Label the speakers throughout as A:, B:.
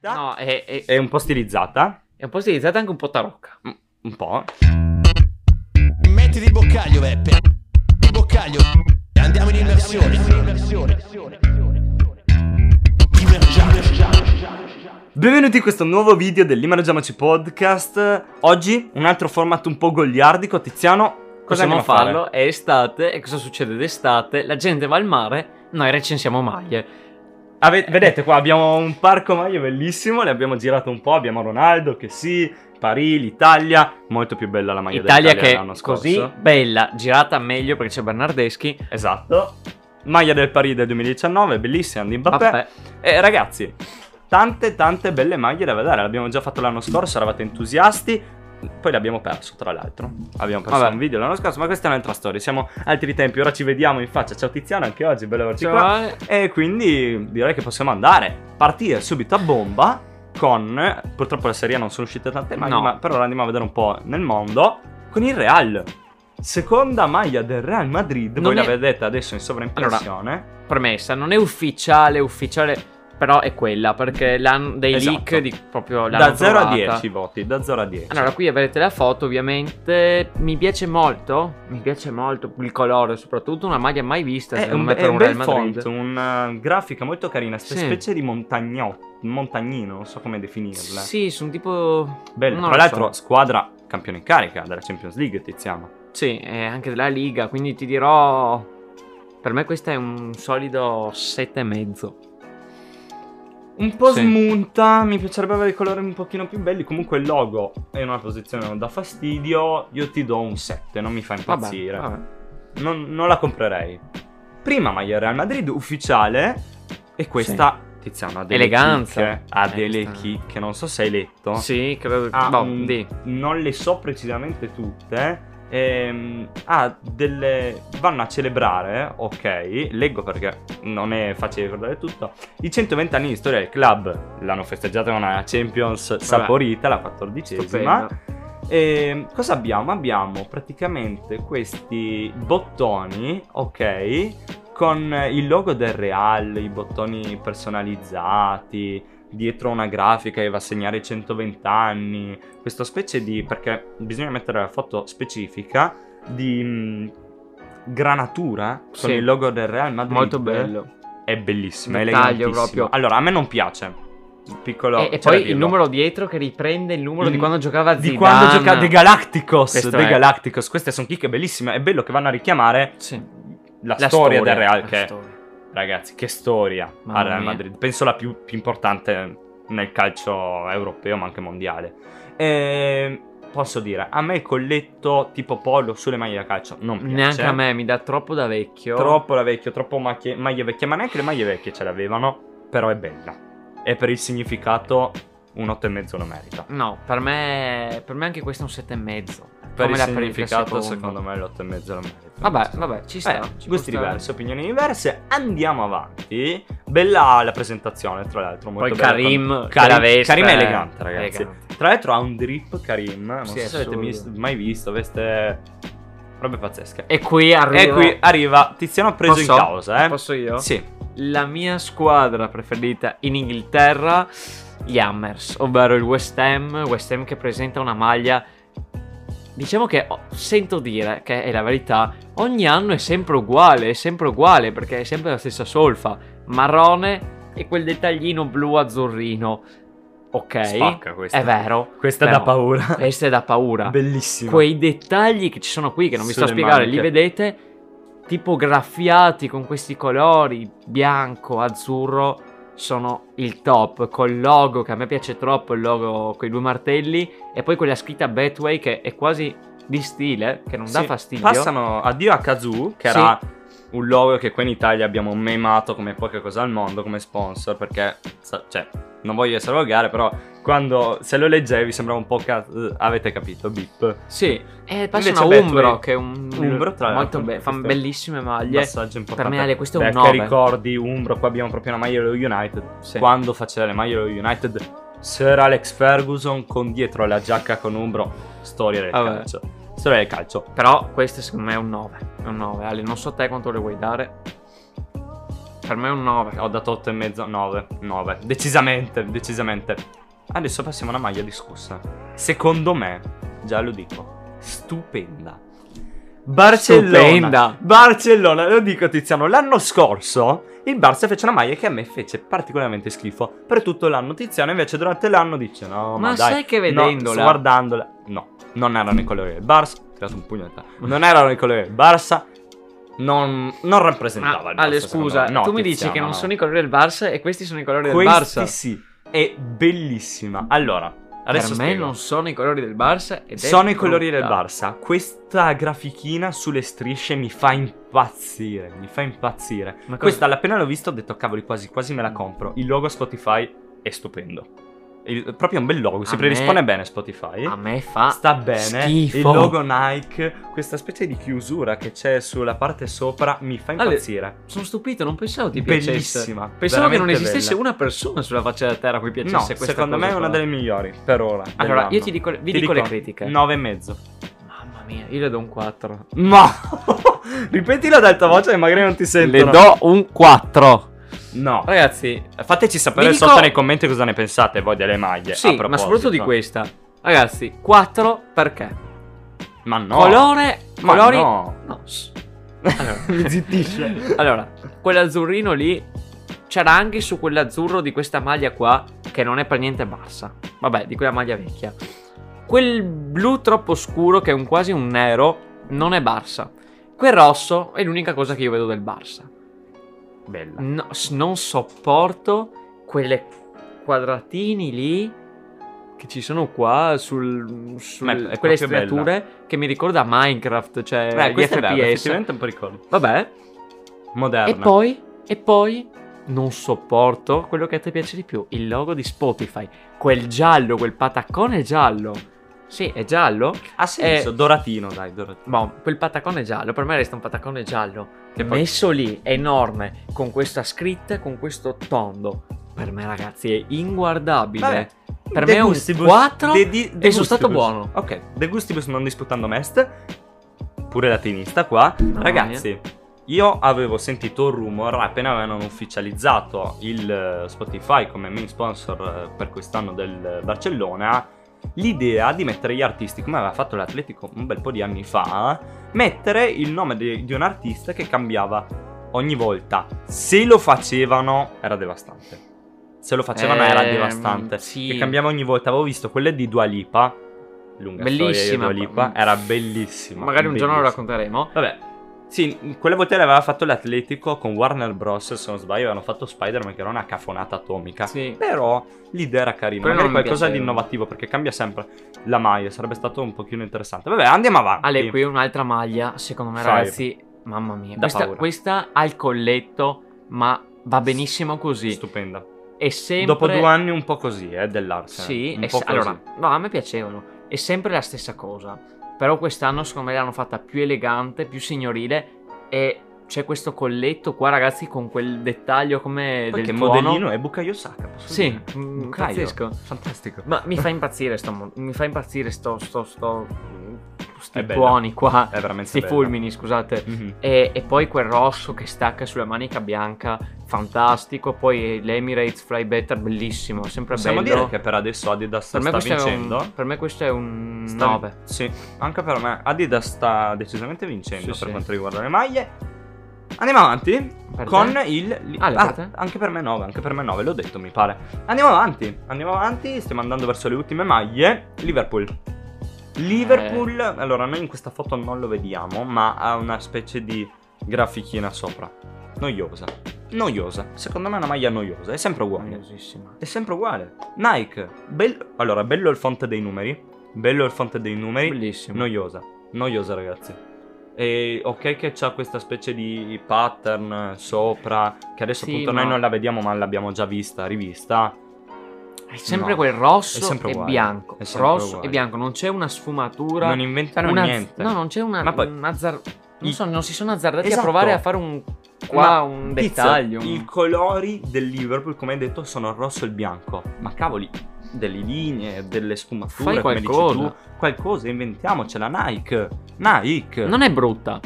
A: Da-
B: No, è, è-
A: È un po' stilizzata.
B: è un po' stilizzata anche un po' tarocca.
A: Mm, Un po'.
C: Metti di boccaglio, Beppe. Di boccaglio. Andiamo in immersione. Immergiamo.
A: Benvenuti in questo nuovo video dell'Imanagiamaci Podcast. Oggi un altro format un po' goliardico. Tiziano, cosa
B: Possiamo
A: andiamo a fare?
B: farlo, è estate, e cosa succede d'estate? La gente va al mare, noi recensiamo maglie.
A: Ave- vedete qua abbiamo un parco maglie bellissimo, le abbiamo girato un po', abbiamo Ronaldo che sì, Parì, l'Italia, molto più bella la maglia
B: Italia
A: dell'Italia
B: che
A: l'anno scorso.
B: così, bella, girata meglio perché c'è Bernardeschi.
A: Esatto. Maglia del Parì del 2019, bellissima di Mbappé.
B: Vabbè.
A: E Eh, ragazzi, tante tante belle maglie da vedere, l'abbiamo già fatto l'anno scorso, eravate entusiasti. Poi l'abbiamo perso, tra l'altro. Abbiamo perso
B: Vabbè.
A: un video l'anno scorso, ma questa è un'altra storia. Siamo altri tempi, ora ci vediamo in faccia. Ciao Tiziano, anche oggi, bello averci qua.
B: Cioè,
A: E quindi direi che possiamo andare, partire subito a bomba con, purtroppo la serie non sono uscite tante maglie,
B: No.
A: ma per ora andiamo a vedere un po' nel mondo, con il Real. Seconda maglia del Real Madrid,
B: Non
A: voi la
B: è-
A: vedete adesso in sovraimpressione.
B: premessa, non è ufficiale, ufficiale, però è quella perché l'hanno dei
A: Esatto.
B: leak di proprio l'hanno
A: da 0 a
B: provata.
A: 10 voti, da 0 a 10.
B: Allora, qui avrete la foto, ovviamente. Mi piace molto. Mi piace molto il colore, soprattutto una maglia mai vista.
A: è
B: secondo
A: un,
B: me,
A: è
B: per
A: un
B: un Real
A: bel
B: Madrid.
A: font, una grafica molto carina, queste
B: Sì.
A: specie di montagno- montagnino, non so come definirle.
B: Sì, sono tipo.
A: Bello,
B: non
A: tra
B: lo
A: l'altro
B: so.
A: squadra campione in carica della Champions League, Tiziano.
B: Sì, è anche della Liga. Quindi ti dirò. Per me, questo è un solido 7,5.
A: Un po'
B: Sì.
A: smunta, mi piacerebbe avere i colori un pochino più belli. Comunque il logo è in una posizione che non dà fastidio. Io ti do un 7, non mi fa
B: Vabbè,
A: impazzire.
B: vabbè.
A: Non, non la comprerei. Prima maglia Real Madrid ufficiale e questa, Tiziano, ha delle
B: Eleganza.
A: chicche. Ha
B: Eh,
A: delle
B: questa-
A: chicche, non so se hai letto.
B: Sì, credo.
A: Ah,
B: boh,
A: mm,
B: di.
A: Non le so precisamente tutte. Ehm, ha delle. vanno a celebrare, ok, leggo perché non è facile ricordare tutto. I 120 anni di storia del club l'hanno festeggiata con una Champions saporita, la quattordicesima.
B: Stupendo.
A: E Ehm, cosa abbiamo? Abbiamo praticamente questi bottoni, ok, con il logo del Real, i bottoni personalizzati, dietro una grafica che va a segnare i 120 anni, questa specie di, perché bisogna mettere la foto specifica, di mh, granatura con
B: Sì.
A: il logo del Real Madrid.
B: Molto bello.
A: È bellissimo, è
B: Dettaglio
A: elegantissimo.
B: proprio.
A: Allora, a me non piace. Piccolo,
B: e e
A: c'è da
B: poi il
A: dirlo.
B: numero dietro che riprende il numero di
A: Il-
B: quando giocava Zidane.
A: Mm. Di quando gioca De Galacticos.
B: Questo
A: De
B: è-
A: Galacticos. Queste sono chicche bellissime. È bello che vanno a richiamare
B: Sì.
A: la, storia, del Real.
B: la
A: Che,
B: storia.
A: ragazzi, che storia
B: Mamma
A: al Real
B: mia.
A: Madrid. Penso la più, più importante nel calcio europeo, ma anche mondiale. E posso dire, a me il colletto tipo polo sulle maglie da calcio non piace.
B: Neanche a me, mi dà troppo da vecchio.
A: Troppo la vecchia, troppo macchie- maglie vecchie. Ma neanche le maglie vecchie ce l'avevano. Però è bella. E per il significato, un 8,5 lo merita.
B: No, per me, per me anche questo è un 7,5.
A: Per
B: Come
A: il
B: la
A: significato,
B: seconda.
A: secondo me, l'8 e mezzo lo merita.
B: Vabbè, vabbè, ci sta.
A: Beh,
B: ci può
A: gusti
B: stare.
A: diversi, eh, opinioni diverse. Andiamo avanti. Bella la presentazione, tra l'altro. Molto
B: Poi
A: bella.
B: Karim,
A: Karim-
B: che la veste
A: Karim è elegante, ragazzi.
B: elegante.
A: Tra l'altro, ha un drip Karim. Non
B: Sì,
A: so se avete
B: assurdo.
A: mis- mai visto. Queste robe pazzesche.
B: E qui arriva...
A: E qui arriva Tiziano ha preso
B: Posso?
A: in causa, eh.
B: Posso io?
A: Sì.
B: La mia squadra preferita in Inghilterra, gli Hammers, ovvero il West Ham. West Ham che presenta una maglia... Diciamo che ho- sento dire, che è la verità, ogni anno è sempre uguale, è sempre uguale, perché è sempre la stessa solfa. Marrone e quel dettaglino blu-azzurrino. Ok.
A: Spacca questa.
B: È vero.
A: Questa
B: Però
A: da paura.
B: Questa è da paura.
A: Bellissima.
B: Quei dettagli che ci sono qui, che non vi sto a
A: Sulle
B: spiegare, li
A: maniche.
B: vedete tipograffiati con questi colori bianco, azzurro, sono il top. Col logo che a me piace troppo, il logo con i due martelli, e poi quella scritta Betway che è quasi di stile, che non dà
A: Sì,
B: fastidio.
A: Passano addio a Kazoo, che
B: Sì.
A: era un logo che qui in Italia abbiamo memato come poche cose al mondo, come sponsor, perché, sa- cioè, non voglio essere volgare, però quando se lo leggevi sembrava un po' ca- eh, avete capito, bip.
B: Sì, e passano a
A: Eh, Invece Betway-
B: Umbro, che è un
A: Umbro, tra
B: molto
A: l'altro,
B: bello, fanno
A: questo è
B: bellissime
A: Un
B: maglie.
A: passaggio
B: Per
A: importante.
B: me Ale, questo è un
A: Perché
B: 9.
A: ricordi Umbro, qua abbiamo proprio una maglia dello United.
B: Sì.
A: Quando faceva le maglie dello United Sir Alex Ferguson con dietro la giacca con Umbro, storia del
B: Vabbè.
A: calcio. Storia del calcio.
B: Però questo secondo me è un 9. È un 9, Ale, non so te quanto le vuoi dare. Per me è un 9.
A: Ho dato 8 e mezzo, 9, 9. Decisamente, decisamente. Adesso passiamo a una maglia discussa. Secondo me, già lo dico, stupenda. Barcellona.
B: Stupenda.
A: Barcellona, lo dico Tiziano, l'anno scorso il Barça fece una maglia che a me fece particolarmente schifo per tutto l'anno. Tiziano invece durante l'anno dice no, ma,
B: Ma
A: dai,
B: sai che
A: no,
B: vedendola-
A: sto guardandola, no, non erano i colori del Barça, ho tirato un pugno in testa. non erano i colori del Barça, non, non rappresentava
B: Ma,
A: il Barça.
B: Ale,
A: secondo
B: scusa,
A: me. No,
B: tu mi dici
A: Tiziano,
B: che non
A: no.
B: sono i colori del Barça e questi sono i colori del
A: Questi
B: Barça.
A: sì, è bellissima. Allora, adesso
B: per me
A: spiego.
B: non sono i colori del Barça ed è
A: Sono i colori del
B: brutta.
A: Barça. Questa grafichina sulle strisce mi fa impazzire. Mi fa impazzire.
B: Ma cosa-
A: Questa appena l'ho vista ho detto cavoli quasi quasi me la compro. Il logo Spotify è stupendo. Il- proprio un bel logo. Si
B: A
A: predispone
B: me-
A: bene Spotify.
B: A me fa
A: Sta bene.
B: schifo.
A: Il logo Nike. Questa specie di chiusura che c'è sulla parte sopra mi fa
B: Ale,
A: impazzire.
B: Sono stupito, non pensavo ti piacesse.
A: Bellissima.
B: Pensavo che non
A: veramente
B: esistesse
A: bella.
B: una persona sulla faccia della terra a cui piacesse
A: No,
B: Cioè, questa
A: secondo me è
B: cosa
A: una
B: qua.
A: delle migliori per ora.
B: Allora, io
A: dell'anno.
B: ti dico, le- vi
A: Ti
B: dico, le
A: dico,
B: critiche.
A: 9 e mezzo.
B: Mamma mia, io le do un 4.
A: Ma ripetilo ad alta voce che magari non ti sentono.
B: un 4.
A: No.
B: Ragazzi,
A: Fateci sapere
B: Vi dico-
A: sotto nei commenti cosa ne pensate voi delle maglie. a
B: sì, ma
A: proposito.
B: soprattutto di questa. Ragazzi, 4 perché?
A: Ma no.
B: Colore,
A: Ma
B: colori
A: no.
B: No, s- Allora,
A: Mi zittisce.
B: allora, quell'azzurrino lì c'era anche su quell'azzurro di questa maglia qua che non è per niente Barça. Vabbè, di quella maglia vecchia. Quel blu troppo scuro che è un quasi un nero non è Barça. Quel rosso è l'unica cosa che io vedo del Barça.
A: Bella.
B: No, s- non sopporto quelle quadratini lì che ci sono qua sul, sul-
A: Ma è- è
B: quelle
A: proprio bella.
B: striature che mi ricorda Minecraft, cioè
A: Eh,
B: gli
A: questa è bella,
B: FPS.
A: effettivamente un po' ricordo.
B: Vabbè,
A: Moderna.
B: e poi, e poi non sopporto quello che a te piace di più, il logo di Spotify, quel giallo, quel pataccone giallo. Sì, è giallo,
A: ha senso,
B: eh,
A: doratino, dai, doratino.
B: ma quel patacone giallo, per me resta un patacone giallo.
A: Che poi-
B: messo lì, enorme, con questa scritta, con questo tondo. Per me, ragazzi, è inguardabile.
A: Vabbè.
B: per
A: De
B: me è un
A: gustibus,
B: 4
A: de- di- de
B: e sono stato
A: gustibus.
B: buono.
A: Ok, De Gustibus non disputando mest, pure latinista qua.
B: Mamma
A: Ragazzi, io avevo sentito un rumor appena avevano ufficializzato il eh, Spotify come main sponsor eh, per quest'anno del eh, Barcellona. L'idea di mettere gli artisti, come aveva fatto l'Atletico un bel po' di anni fa, mettere il nome di, di un artista che cambiava ogni volta. Se lo facevano, era devastante. Se lo facevano, era
B: Ehm,
A: devastante
B: sì.
A: che cambiava ogni volta. Avevo visto quelle di Dua Lipa, lunga
B: Bellissima.
A: storia di Dua Lipa, era bellissima.
B: Magari un giorno lo
A: bellissima.
B: racconteremo.
A: Vabbè. Sì, quelle volte l'aveva fatto l'Atletico con Warner Bros, se non sbaglio, avevano fatto Spider-Man che era una cafonata atomica.
B: Sì.
A: Però l'idea era carina,
B: Però
A: magari
B: non mi
A: qualcosa di
B: piaceva.
A: innovativo perché cambia sempre la maglia, sarebbe stato un pochino interessante. Vabbè, andiamo avanti.
B: Ale, qui un'altra maglia, secondo me,
A: Fire.
B: ragazzi, mamma mia.
A: Da
B: Questa,
A: paura.
B: questa ha il colletto, ma va benissimo così.
A: Stupenda.
B: È sempre...
A: Dopo due anni un po' così, eh, dell'Arsenal.
B: Sì,
A: un
B: e
A: po'
B: se-
A: così.
B: allora, no, a me piacevano. È sempre la stessa cosa. Però quest'anno, secondo me, l'hanno fatta più elegante, più signorile. E c'è questo colletto qua, ragazzi, con quel dettaglio come
A: Poi
B: del
A: che
B: tuono.
A: modellino Eh, è Bukayo Saka, posso
B: Sì,
A: dire?
B: mm,
A: Bukayo.
B: pazzesco.
A: Fantastico.
B: Ma mi fa impazzire sto mo- mi fa impazzire sto sto sto
A: È
B: sti
A: bella.
B: tuoni qua,
A: È veramente
B: sti
A: bella.
B: fulmini, scusate.
A: Mhm.
B: E, e poi quel rosso che stacca sulla manica bianca, fantastico. Poi l'Emirates Fly Better, bellissimo, sempre
A: Possiamo
B: bello.
A: dire che per adesso Adidas
B: Per me,
A: sta
B: questo è
A: vincendo.
B: un, per me questo è un
A: Sta-
B: 9.
A: Mm, Sì, anche per me. Adidas sta decisamente vincendo
B: Sì,
A: per
B: sì.
A: quanto riguarda le maglie. Andiamo avanti
B: Per
A: con
B: te?
A: il...
B: Ah, le per te?
A: anche per me 9, anche per me 9, l'ho detto mi pare. Andiamo avanti, andiamo avanti, stiamo andando verso le ultime maglie. Liverpool. Liverpool,
B: Eh.
A: allora noi in questa foto non lo vediamo, ma ha una specie di grafichina sopra. Noiosa. Noiosa. Secondo me è una maglia noiosa, è sempre uguale.
B: Noiosissima.
A: È sempre uguale. Nike. bel- allora, bello il font dei numeri. Bello il font dei numeri.
B: Bellissimo.
A: Noiosa. Noiosa, ragazzi. E ok che c'ha questa specie di pattern sopra. Che adesso
B: Sì,
A: appunto
B: ma-
A: noi non la vediamo, ma l'abbiamo già vista, rivista.
B: è sempre
A: No.
B: quel rosso
A: È sempre
B: e
A: uguale.
B: bianco.
A: È sempre
B: Rosso
A: uguale.
B: e bianco, non c'è una sfumatura.
A: Non inventano
B: una-
A: niente.
B: No, non c'è una.
A: Ma poi-
B: un azzar- non,
A: I-
B: so, non si sono azzardati
A: Esatto.
B: a provare a fare un. Qua
A: Ma,
B: un
A: Tizio,
B: dettaglio. un-
A: I colori del Liverpool, come hai detto, sono il rosso e il bianco. Ma cavoli, delle linee, delle sfumature,
B: Fai
A: come dici
B: qualcosa.
A: tu. Qualcosa, inventiamocela. Nike. Nike.
B: Non è brutta.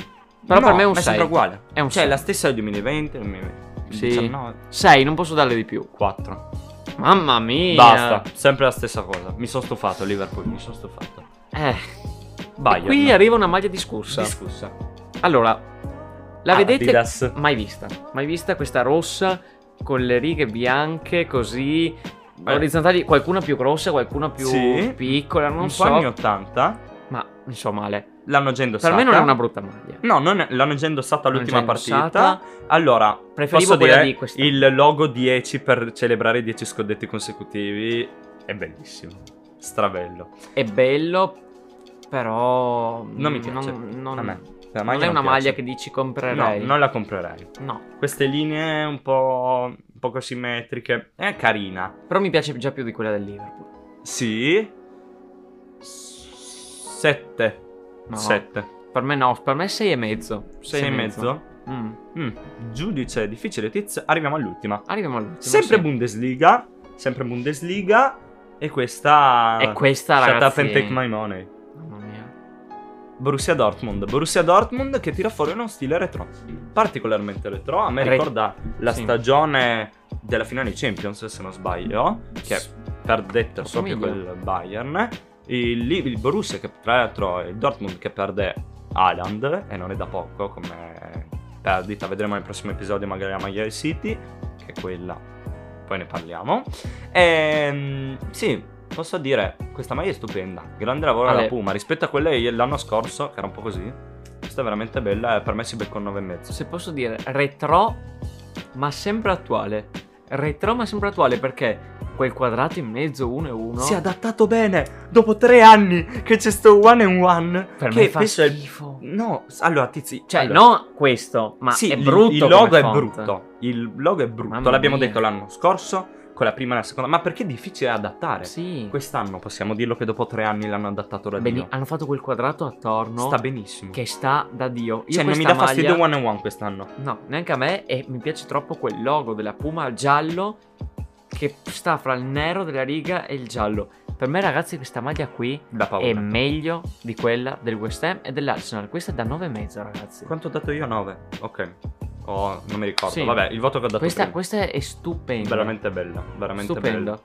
B: Però
A: No,
B: per me è un
A: ma
B: 6.
A: sembra uguale.
B: È un
A: cioè,
B: sei.
A: la stessa del 2020, 2020.
B: Sì.
A: 19,
B: 6, non posso darle di più.
A: 4.
B: Mamma mia.
A: Basta, sempre la stessa cosa. Mi sono stufato, Liverpool, mi sono stufato.
B: Eh.
A: Bayern.
B: E qui arriva una maglia discorsa.
A: Discussa.
B: allora, la vedete?
A: Ah, Adidas.
B: Mai vista. Mai vista questa rossa con le righe bianche così
A: Beh.
B: orizzontali, qualcuna più grossa, qualcuna più
A: Eh. Sì.
B: piccola, non
A: un
B: so.
A: po' anni 80.
B: Ma insomma, male.
A: L'hanno già indossata.
B: Per me non è una brutta maglia.
A: No, non è- l'hanno già indossata
B: Non è
A: l'ultima
B: già
A: partita.
B: indossata.
A: Allora,
B: Preferivo
A: posso
B: quella
A: dire
B: di quest'anno.
A: il logo 10 per celebrare i 10 scodetti consecutivi è bellissimo. Strabello.
B: È bello, però
A: Non mi piace.
B: Mm, non-
A: a me. La
B: non è
A: non
B: una maglia
A: piace.
B: che dici
A: No,
B: comprerei.
A: non la comprerei.
B: No,
A: Queste linee un po' poco simmetriche. È carina.
B: però mi piace già più di quella del Liverpool.
A: Sì. 7.
B: No,
A: 7.
B: Per me no, per me 6 e mezzo.
A: 6 e mezzo.
B: Mm.
A: Mm, Giudice difficile tizio. Arriviamo all'ultima.
B: Arriviamo all'ultimo.
A: Sempre
B: sì.
A: Bundesliga, sempre Bundesliga e questa
B: E questa
A: Shut
B: ragazzi.
A: up and take my money.
B: Mamma mia.
A: Borussia Dortmund, Borussia Dortmund che tira fuori uno stile retro, particolarmente retro, a me
B: Re-
A: ricorda la
B: sì.
A: stagione della finale di Champions se non sbaglio, che perdette
B: Assomiglia.
A: proprio quel Bayern, il, Li- il Borussia che tra l'altro è il Dortmund che perde Haaland e non è da poco come perdita, vedremo nel prossimo episodio magari la maglia del City, che è quella, poi ne parliamo. Ehm, sì, posso dire, questa maglia è stupenda, grande lavoro alla
B: Vabbè.
A: Puma, rispetto a quella dell'anno scorso, che era un po' così, questa è veramente bella e per me si becca un 9,5.
B: Se posso dire retro ma sempre attuale. Retro ma sempre attuale perché quel quadrato in mezzo 1 e 1
A: Si è adattato bene, dopo tre anni che c'è sto one and one,
B: per
A: che
B: me fa
A: penso è-
B: schifo.
A: No, s- allora tizi,
B: Cioè,
A: allora,
B: no questo, ma
A: sì,
B: è
A: il-
B: brutto.
A: Il logo
B: come
A: è
B: font.
A: brutto. Il logo è brutto.
B: Mamma
A: L'abbiamo
B: mia.
A: detto l'anno scorso, con la prima e la seconda. Ma perché è difficile adattare?
B: Sì.
A: Quest'anno possiamo dirlo che dopo tre anni l'hanno adattato da
B: Beni-
A: Dio.
B: hanno fatto quel quadrato attorno
A: Sta benissimo.
B: ah, che sta da Dio. Io
A: cioè, non mi dà
B: questa
A: fastidio
B: maglia-
A: one and one quest'anno.
B: No, neanche a me e mi piace troppo quel logo della Puma giallo che sta fra il nero della riga e il giallo. Per me ragazzi questa maglia qui
A: Da
B: è
A: paura.
B: meglio di quella del West Ham e dell'Arsenal. Questa è da 9,5 ragazzi.
A: Quanto ho dato io? 9. Ok. Oh, non mi ricordo.
B: Sì.
A: Vabbè, il voto che ho dato
B: Questa,
A: prima.
B: questa è stupenda.
A: Veramente bella. Veramente
B: Stupenda.
A: bella.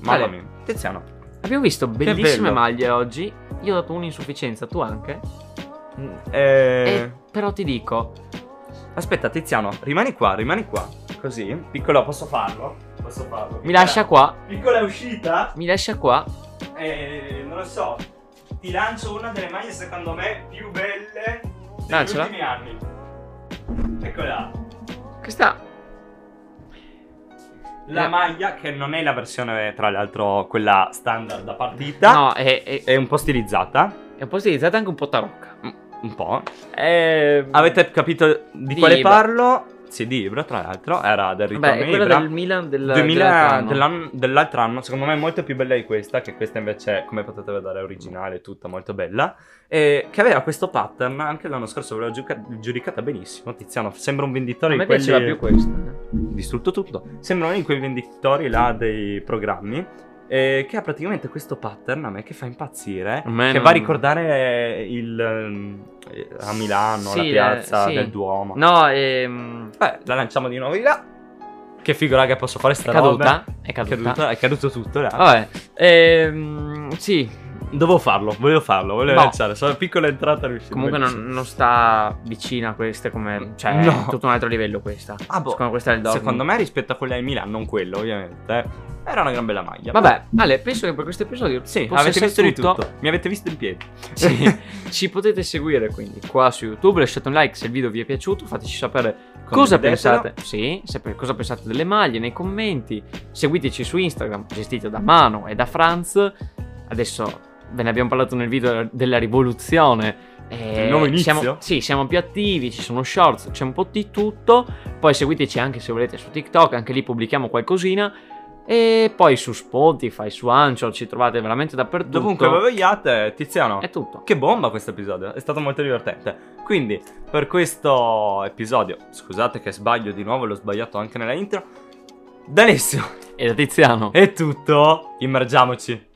A: Mamma
B: Ale.
A: mia. Tiziano.
B: Abbiamo visto bellissime
A: bello.
B: maglie oggi. Io ho dato un'insufficienza, tu anche. E
A: Mm, Eh...
B: però ti dico,
A: Aspetta, Tiziano, rimani qua, rimani qua. Così. Piccolo, posso farlo? Posso farlo.
B: mi lascia qua,
A: Piccola uscita.
B: mi lascia qua.
A: Eh, non lo so. Ti lancio una delle maglie secondo me più belle degli
B: Lanciala.
A: ultimi anni. Eccola.
B: Questa
A: La
B: Eh.
A: maglia che non è la versione, tra l'altro, quella standard da partita.
B: no, è, è-
A: È un po' stilizzata.
B: è un po' stilizzata anche un po' tarocca.
A: Un po'.
B: Eh,
A: Avete capito di
B: Di
A: quale
B: Ibra.
A: parlo? Sì, di Ibra, tra l'altro. Era del ritorno
B: Beh, è quella
A: Ibra.
B: del Milan del
A: 2000
B: dell'altro anno.
A: dell'anno- dell'altro anno, secondo me è molto più bella di questa, che questa invece, come potete vedere, è originale, è tutta molto bella, e che aveva questo pattern, anche l'anno scorso ve l'ho giuca- giudicata benissimo, Tiziano, sembra un venditore
B: A
A: di
B: me
A: quelli...
B: piaceva più questa. eh.
A: distrutto tutto, sembra uno di quei venditori là dei programmi, eh, che ha praticamente questo pattern a me che fa impazzire,
B: A me
A: che
B: non-
A: va a ricordare il... eh, a Milano,
B: Sì,
A: la
B: le-
A: piazza
B: sì.
A: del Duomo.
B: No, ehm,
A: Beh, la lanciamo di nuovo di là. Che figura che posso fare
B: è
A: sta roba.
B: caduta, è
A: È
B: caduta.
A: caduto, è caduto tutto. là.
B: Vabbè, ehm, sì,
A: Dovevo farlo, volevo farlo, volevo
B: No.
A: lanciare. Solo piccola entrata riuscita.
B: comunque non, non sta vicina a queste come... Cioè,
A: No.
B: è tutto un altro livello questa.
A: Ah, boh.
B: Secondo questa è il Dortmund.
A: Secondo me rispetto a quella di Milano, non quello ovviamente, eh, era una gran bella maglia.
B: Vabbè, Ale, penso che per questo episodio
A: Sì,
B: possa
A: avete
B: essere
A: visto di tutto. Mi avete visto in piedi.
B: Sì. Ci potete seguire quindi qua su YouTube, lasciate un like se il video vi è piaciuto, fateci sapere cosa
A: Condividetelo.
B: pensate. Sì, sapere cosa pensate delle maglie nei commenti. Seguiteci su Instagram, gestito da Mano e da Franz. Adesso ve ne abbiamo parlato nel video della rivoluzione. Eh,
A: Il nuovo inizio?
B: Siamo, sì, siamo più attivi, ci sono shorts, c'è un po' di tutto. Poi seguiteci anche se volete su TikTok, anche lì pubblichiamo qualcosina. E poi su Spotify, su Anchor, ci trovate veramente dappertutto.
A: Dovunque voi vogliate, Tiziano.
B: È tutto.
A: Che bomba questo episodio, è stato molto divertente. Quindi, per questo episodio, scusate che sbaglio di nuovo, l'ho sbagliato anche nella intro. Da Alessio
B: E da Tiziano.
A: è tutto, immergiamoci.